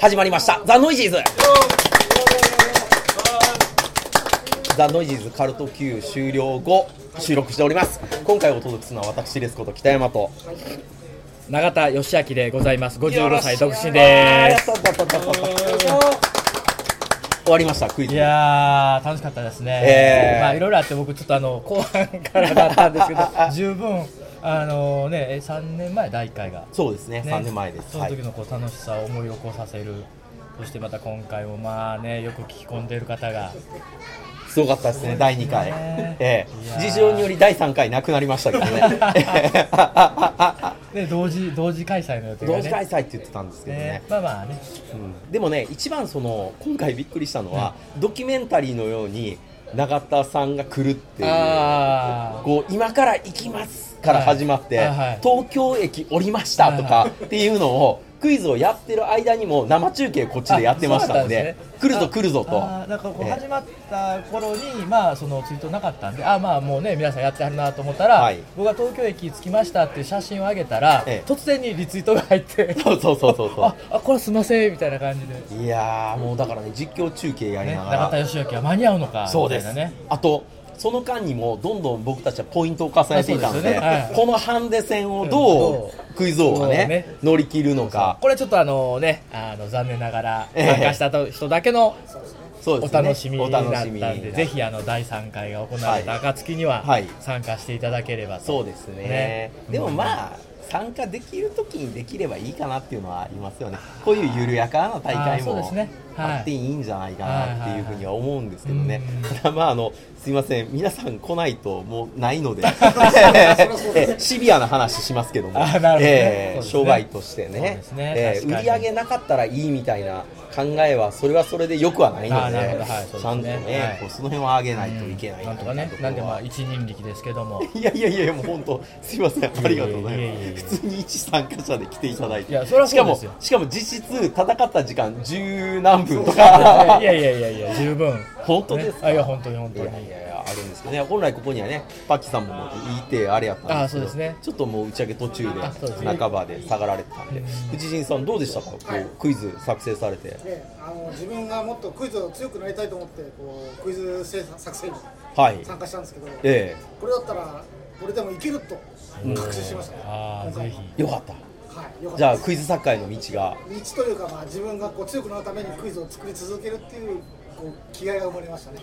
始まりました「ザ・ノイジーズ」ザ・ノイジーズカルト Q 終了後収録しております今回お届けするのは私ですこと北山と永田義明でございます。55歳独身です。す終わりましたクイズいやー楽しかったですね。ええまあいろいろあって僕ちょっとあの後半からだったんですけ ど十分あのねえ3年前第1回が、そうですねね、 3年前ですそのはい時のこう楽しさを思い起こさせる。そしてまた今回もまあねよく聞き込んでいる方がすごかったですね、第2回ね。えいやえ、ー事情により第3回なくなりましたけど ね。 ね同時同時開催の予定が同ね。時開催って言ってたんですけどねね。まあまあねうんでもね、一番その、今回びっくりしたのは、ドキュメンタリーのように、永田さんが来るっていう。あこう今から行きますから始まって、はいはいはい東京駅降りましたとかはっていうのをクイズをやってる間にも生中継こっちでやってましたんで来るぞ来るぞとあーなんかこうええ始まった頃に、まあそのツイートなかったんで、あーまあもうね皆さんやってはるなと思ったら、はい僕が東京駅着きましたっていう写真を上げたら、ええ突然にリツイートが入って、そうそうそうそうそ ああこれすいませんみたいな感じで、ね、ういやーもうだからね実況中継やりながら、中田義明は間に合うのかそうみでたす、いなね。あとその間にもどんどん僕たちはポイントを重ねていたのであそうですよねはいこのハンデ戦をどどうクイズ王がねそうね乗り切るのかこれちょっとあのねあの残念ながらええ参加した人だけのそうおですね楽しみだったんおで,、楽しみぜひあの第3回が行われた暁にははい参加していただければと、そうですねでもまあ参加できる時にできればいいかなっていうのはありますよねこういう緩やかな大会あーそうでもすねはいあっていいんじゃないかなっていうふうには思うんですけどねはいはいはいただまああのすいません皆さん来ないともうないの でえシビアな話しますけどもあーなるほどねえーそ商うですね売としてそうねですねえー確売かにり上げなかったらいいみたいな考えはそれはそれでよくはないのあーなるでほどはいそうですねちゃんとはねいこうその辺は上げないといけないなんとかねところはなんでまあ一人力ですけ どもいやいやいや、もう本当、すいません、ありがとうございいえいえいえいえます。普通に一参加者で来ていただいて。いやそれはしかそうでもすよ、しかも実質戦った時間十何分とか。いやいやいやいや十分 本当ですかねあいや本当に本い当やにいやいや、あるんですけどね、本来ここにはね、パキさんもいて、あれやったんですけど。あそうですねちょっともう打ち上げ途中あそうですで、ね半ばで下がられてたんで。藤井さん、どうでしたか、こうクイズ作成されて。であの自分がもっとクイズを強くなりたいと思ってこうクイズ制作作成にはい。参加したんですけど、えこれだったら俺でもいけると確信しましたね。ああ今ぜ回ひえ、よかった。はい、よかっじゃたあ、です。クイズ作家への道が。道というかまあ自分がこう強くなるためにクイズを作り続けるっていうこう気概が生まれましたね。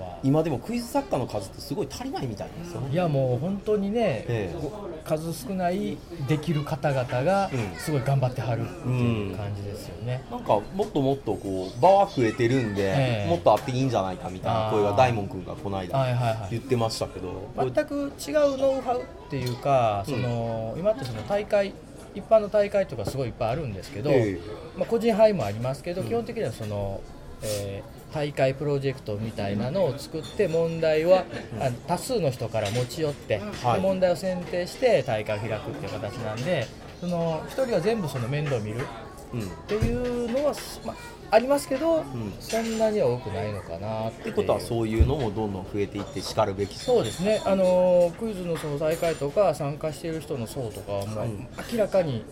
うわ今でもクイズ作家の数ってすごい足りないみたいなんですよねいやもう本当にね、ええこ数少ないできる方々がうんすごい頑張ってはるっていう感じですよね、なんかもっともっとこう場は増えてるんで、ええもっとあっていいんじゃないかみたいな声があー大門君がこの間、はいはいはい言ってましたけど、これ全く違うノウハウっていうか、うんその今ってその大会一般の大会とかすごいいっぱいあるんですけど、ええまあ、個人範囲もありますけど、基本的にはその、えー大会プロジェクトみたいなのを作って問題は、あの多数の人から持ち寄って、はいで問題を選定して大会を開くっていう形なんでその一人が全部その面倒を見るうん、っていうのは、まあ、ありますけど、んそんなには多くないのかなってっいてうことはそういうのもどんどん増えていってしかるべきそうですね、あのークイズのその大会とか参加している人の層とかはもううん明らかに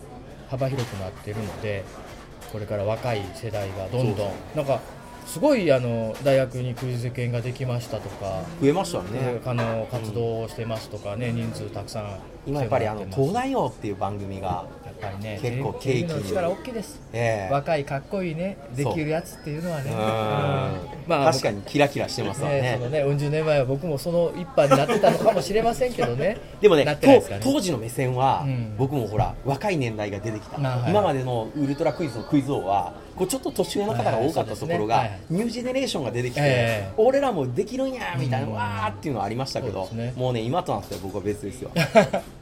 幅広くなっているのでこれから若い世代がどんどんなんかすごいあの大学にクイズ研ができましたとか、増えましたよねね、あの活動をしてますとかね、人数たくさん今やっぱりあの「来て東もらって大王」っていう番組が、ますやっぱりね結構テレビ契機のに力大きいです、ええ若いかっこいいねできるやつっていうのはねうんうん確かにキラキラしてますわねね、そのね、うん十年前は僕もその一派になってたのかもしれませんけどね 。でもねなってないですか当当ね。時の目線は、うん僕もほら若い年代が出てきた、あはい今までのウルトラクイズのクイズ王はこうちょっと年上の方が多かったところが、はいはいそうですニュージェネレーションが出てきて、ええ俺らもできるんやみたいな、うんわーっていうのはありましたけそうどですねもうね今となっては僕は別 ですよ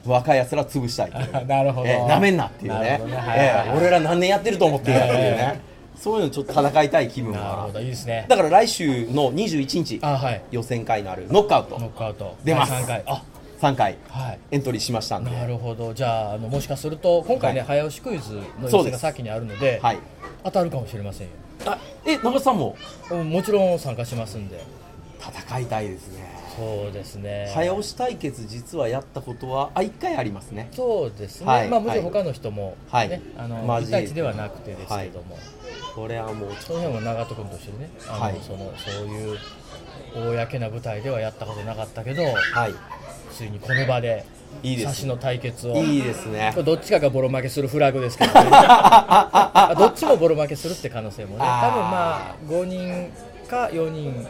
若い奴ら潰したいっていうなるほどええなめんなっていうなるねほどねはいはいはえいえ俺ら何年やってると思ってんやっていうえねそういうのちょっと戦いたい気分なるはほど、いいですね。だから来週の21日あ、はい。予選会のあるノックアウノットクアウト。出ます第三回。あ、 3回はい。エントリーしましたんでなるほど。じゃあ、あのもしかすると、今回ね、は早押しクイズのそう予で選すが先にあるので、はい当たるかもしれませんよ。あえ、長田さんもうんもちろん参加しますんで。戦いたいですねそうですね早押し対決実はやったことはあ1回ありますねそうですね、はいまあもちろんはい他の人も、ねはいあの交えて1対1ではなくてですけども、これはもうちょっその辺も長門君と一緒にねあの、はいそのそういう公な舞台ではやったことなかったけどとはいついにこの場でいいです差しの対決をいいですねこれどっちかがボロ負けするフラグですけど、ね、 あどっちもボロ負けするって可能性もね多分まああ5人か4人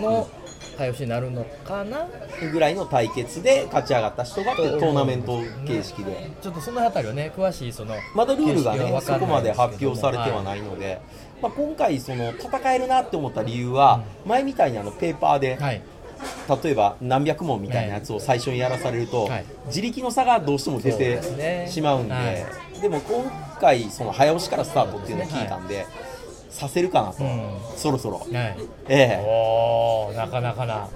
の早押しになるのかなぐらいの対決で勝ち上がった人がってトーナメント形式でちょっとその辺りはね詳しいそのまだルールが形式ねは分そかんこなまいですけども発表されてははないので、まあ、今回その戦えるなって思った理由は前みたいにあのペーパーでい、はい例えば何百問みたいなやつを最初にやらされると、はい自力の差がどうしても出そうでてすねしまうんではいでも今回その早押しからスタートっていうのを聞いたんで、させるかなと、うんそろそろ、はい、ええおーなかなかな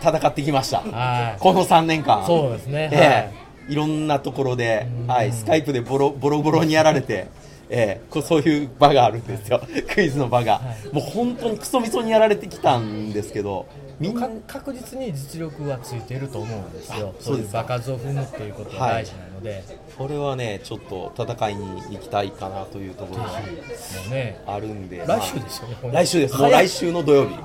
戦ってきました、はいこの3年間そうですねええいろんなところで、はい、スカイプでボロボロボロにやられて、ええこうそういう場があるんですよクイズの場が、はいもう本当にクソみそにやられてきたんですけどみんなか確実に実力はついていると思うんですよあそそうういでうすか場数を踏むっていうことが大事なので、これはねちょっと戦いに行きたいかなというところがもうねあるんで来週ですよね、まあ来週ですもう早い来週の土曜日、ね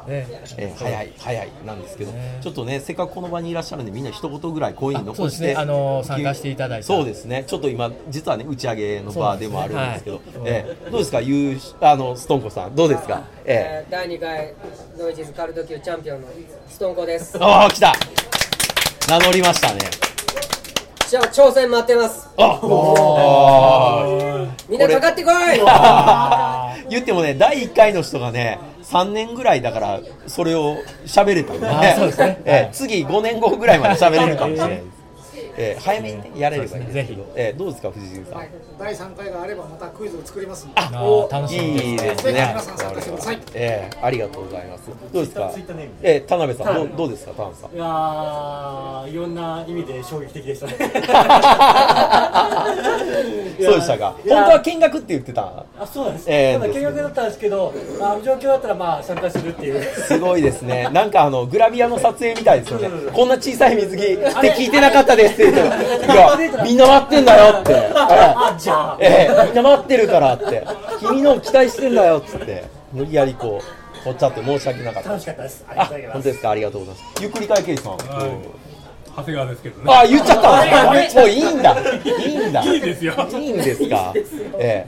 えー早い早いなんですけど、ねちょっとねせっかくこの場にいらっしゃるんでみんな一言ぐらいコインあそう残でしすて、ねあの参加していただいたそうですねちょっと今実はね打ち上げの場でもあるんですけどそうですねはいえーどうですかゆうあのストンコさんどうですか、ええー第2回ノイジーズカルト級チャンピオンのストンコですー、ああ来た名乗りましたねじゃあ挑戦待ってますあおーみんなかかってこい 言ってもね第1回の人がね3年ぐらいだからそれを喋れたんで,、あーそうですね えー次5年後ぐらいまで喋れるかもしれないです、えー早めにねやれればいいですけどそうえーどうですか藤井さん、第三回があればまたクイズを作りますんであお楽しみですねいいですぜひね皆さん参加してくださいえーありがとうございますどうですかツイッターネームえー田辺さんどうどうですか田 辺さんいやーいろんな意味で衝撃的でしたね そうでしたかい本当やは見学って言ってたあそうなんです、えーただ見学だったんですけど、まあ、あの状況だったらまあ参加するっていうすごいですねなんかあのグラビアの撮影みたいですよねそうそうそうこんな小さい水着って聞いてなかったですって言っていあれやみんな待ってんだよって、えーあじゃあええみんな待ってるからって君のを期待してんだよっつって無理やりこう取っちゃって申し訳なかった楽しかったですありがあとうございます本当ですかありがとうございますゆっくり会計士さん、長谷川ですけどね。あ言っちゃったのもういいんだいいんだいいですよ。いいんですかええ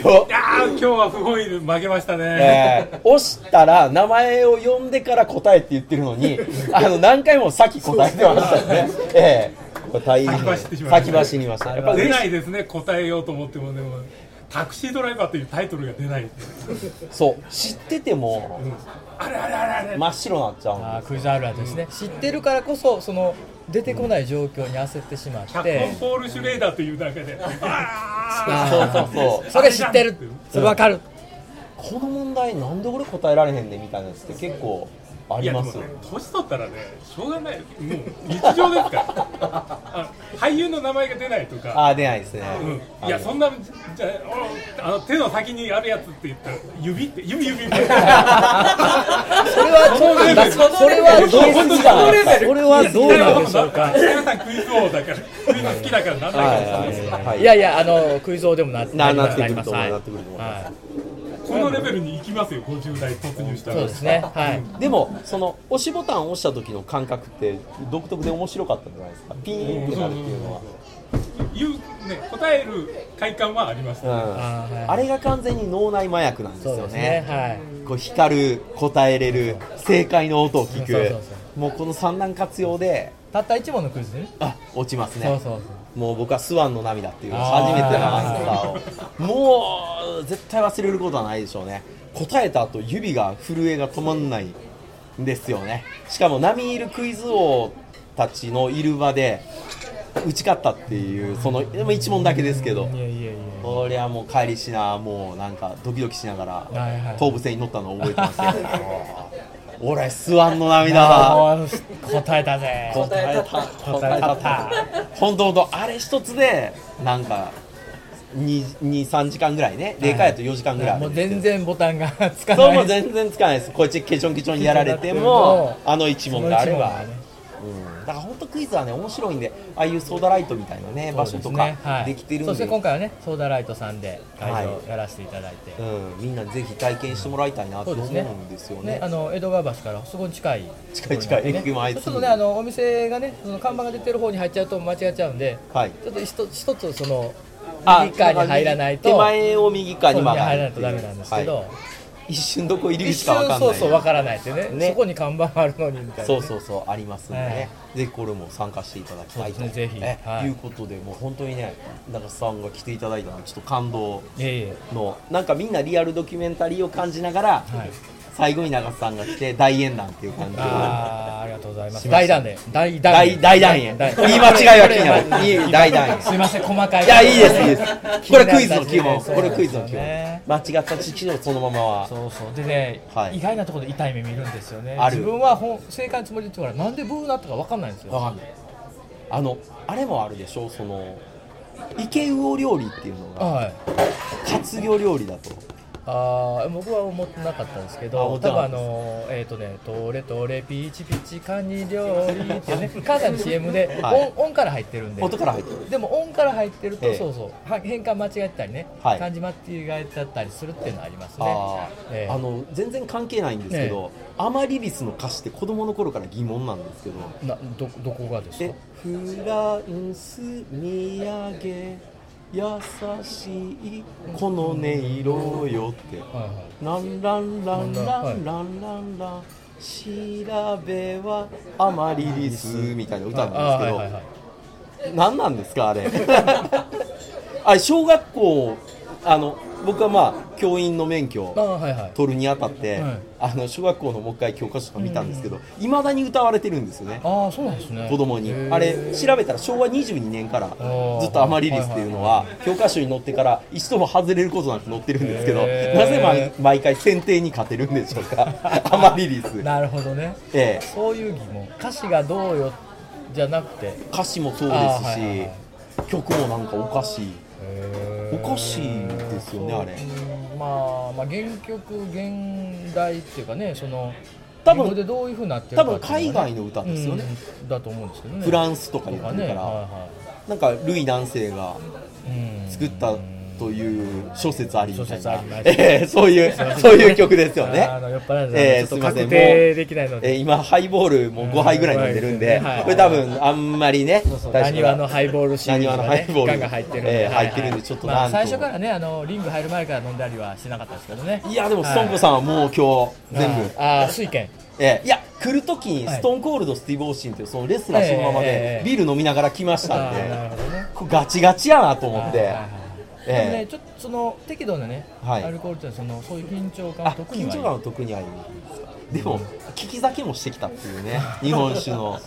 今日ああ、今日は不本意で負けましたね。ええ押したら名前を呼んでから答えって言ってるのにあの何回も先答えてましたよねええこれ大変先走ってしまいました先走りましたやっぱ出嬉なしいいですね、答えようと思っても、でも、タクシードライバーというタイトルが出ないっていう。そう知っててもあれあれあれあれ。真っ白になっちゃうんであークイズあるあるですね、知ってるからこそその出てこない状況に焦ってしまっ脚て本、ポール・シュレーダーというだけで、あそうそうそうそれ知ってるそれ分かる、この問題なんで俺答えられへんねんみたいなやつって結構ああいりやでまもすね、年取ったらね、しょうがない、もう日常ですから、あ俳優の名前が出ないとか、あー出ないですね、うん、いや、そんんな、じゃああの手の先にあるやつって言ったら、指って、指、指、指。それはどうなんだそれはどうなんだそのレベルそれはどうなんでしょうか皆さんクイズ王だから、クイズ好きだからなんないかもしれないですはいはいやいやあのクイズ王でもななりますなってくると思うりなまってすくると思うはいこのレベルに行きますよ、50代突入したそら。うですねはいでもその押しボタンを押した時の感覚って独特で面白かったんじゃないですかピーンってなるっていうのは、言うね、答える快感はありましうた。あーはいん、あれが完全に脳内麻薬なんですそうよですねねはいこう光る答えれる正解の音を聞くそうそうそうもうこの三段活用でたった一問のクイズでねあ落ちますねそうそうもう僕はスワンの涙っていうあー初めての涙をもう絶対忘れることはないでしょうね答えた後指が震えが止まんないんですよねしかも並みいるクイズ王たちのいる場で打ち勝ったっていうそのでも一問だけですけどそういやいやいやこりゃもう帰りしなもうなんかドキドキしながいはらい東武線に乗ったのを覚えてますけ ど俺スワンの涙もう答えたぜ答えた答えた本当本当あれ一つでなんか23時間ぐらいねでかいと4時間ぐらいあもるんうですけど全然ボタンがつかそうなもうい全然つかないですこっちケチョンケチョンやられ てもあの一問があればその一問がねうん、だから本当クイズはね面白いんでああいうソーダライトみたいなね場所とそうすねはかいできてるんでそして今回はねソーダライトさんで会場やらせていただいて、うん、みんなぜひ体験してもらいたいなとそう思でうすねんですよねね、あの江戸川橋からすごい近いところなんでね、近い近い駅前ちょっとねあのお店がねその看板が出てる方に入っちゃうと間違っちゃうんで、はいちょっと一つ一つそのあ右側に入らないと手前を右側にそう曲ねが入るらないとダメなんですけど、はい一瞬どこ入り一口かわかんな瞬いそうそうわからないってねねそこに看板あるのにみたいなそね、うそうそうありますんでね、はぜひこれも参加していただきたいとそうですねぜひねはいいうことでもう本当にね中瀬さんが来ていただいたのはちょっと感動いえいえのなんかみんなリアルドキュメンタリーを感じながら、はい最後に長瀬さんが来て大演談っていう感じであーありがとうございましすました大団円大団大大団円言い間違いは気になるいい大団円すいません細かいいやいいですいいですこれクイズの基気にな本るこれクイズの基本 そうなんですよね間違った知識をそのままはそうそうでね、はい意外なところで痛い目見るんですよねある自分は本正解のつもりで言ってからなんでブーなったか分かんないんですよわかんないあのあれもあるでしょその池魚料理っていうのがはい活魚料理だとあー僕は思ってなかったんですけあど思多ってな分かあったのえっ、とね「トレトレピチピチカニ料理」ってね 関西の CM で、はい音音から入ってるんで音から入ってるでも音から入ってると、ええそうそうは変換間違えたりね、はい漢字間違えちゃったりするっていうのはありますねあー、ええあの全然関係ないんですけど、アマリリスの歌詞って子供の頃から疑問なんですけどなどどこがですでかフランス土産優しいこの音色よってはいはいランランランランランランラン調べはアマリリスみたいな歌なんですけど、はいはい何なんですかあれ あれ小学校あの僕はまあ教員の免許あーはいはい取るにあたって、はいあの小学校のもう一回教科書とか見たんですけどいま、未だに歌われてるんですよねああそうなんですね子供にへーあれ調べたら昭和22年からーずっとアマリリスっていうのは教科書に載ってから一度も外れることなく載ってるんですけどなへーぜ毎毎回選定に勝てるんでしょう かアマリリスなるほどねええそういう疑問歌詞がどうよじゃなくて歌詞もそうであーすはいはいはし曲もなんかおかしいおかしいですよねあれうんまあまあ原曲現代っていうかねその多分英語でどういうふうになってる多か分って海いうの外はねの歌ですよねうんだと思うんですけどねフランンスとかと言かってねるはかいらはなんかルイ男性がいうん作ったという諸説ありみたい諸説あなりま、した ええそういうそういう曲ですよねあの酔っ払うのえでーちょすいっとません確定できないのえーで今ハイボールもう5杯ぐらい飲んでるんで、うんはいこれ多分あんまりね、大丈夫なにわのハイボールシリーズなにわがのハねイボールガンガン入ってるんで、えーはいはい入ってるんでちょっとまなあんと最初からねあのリング入る前から飲んだりはしなかったですけどねいやでもストンプさんはもう今日全部、あーあー水拳えーいや来る時にはいストーンコールドスティーブ・オーシンというそのレスラーそのままえでービール飲みながら来ましたんで、あーなるほどねこれガチガチやなと思っはいてはいはい、でもねえーちょっとその適度なね、はいアルコールっていうのはそのそういう緊張感あは特に緊は張感は特にありますかでも聞き酒もしてきたっていう ね日本酒の、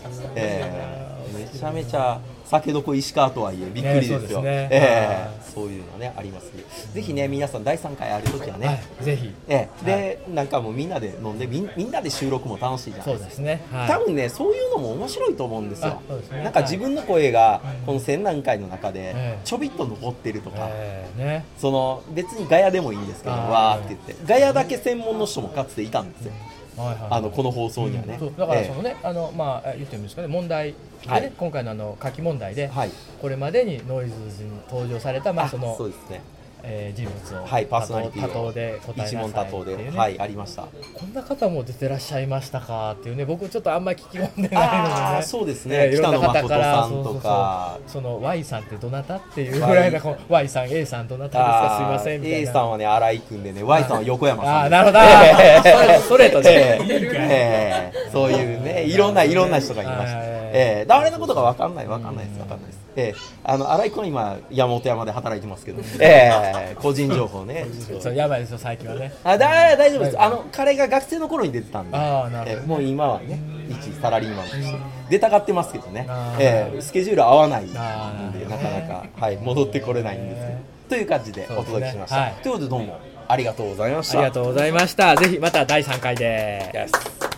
えーめちゃめちゃ酒どこ石川とはいえびっくりですよ、ねそうですねえはーそういうのねありますねぜひね皆さん第3回ある時はね、はい、ぜひえーで、なんかもうみんなで飲んでみんみんなで収録も楽しいじゃないそうですかですね、はい、多分ねそういうのも面白いと思うんですよあそうですねなんか自分の声がこの千何回の中でええちょびっと残ってるとか、えーねその別にガヤでもいいんですけどあーわーって言ってガヤだけ専門の人もかつていたんですよはいはいはいあのこの放送にはね、そうだからそのえね、あのまあ言ってもいいんですかね問題でね、はい今回のあの書き問題で、えはいこれまでにノイズズに登場されたまあそのそうですねえー人物をはいパーソナリティを多答で答え一な問さ多いって答いうで、ね、はいありましたこんな方も出てらっしゃいましたかっていうね僕ちょ っとあんま聞き込んでないので、ああねー、そうですね、えーいろ北んな野方誠かさらんとかそうそうそうその Y さんってどなたっていうぐらい Y のこう Y さん A さんどなたですかすいませんみたい A なさんはね荒井君でね Y さんは横山あさあんなるほど、ストレートえね、え ええそういうね、いろんな、いろんな人がいました。はいええ誰のことかわかんない、わかんないです、わかんないです。ええあの、荒井君は今、山本山で働いてますけど、ええ個人情報ね。そうやばいですよ最近はねあ、だ、大丈夫です。あの、彼が学生の頃に出てたんで、ああなるほどええもう今はね、一サラリーマンとして、出たがってますけどねあ、あええスケジュール合わないんで、ああなるほなかなか、はい、戻ってこれないんですけど。という感じでお届けしましそうですねはたい。ということで、どうもありがとうございましあた。りがとうございましたぜひまた第3回でうございます。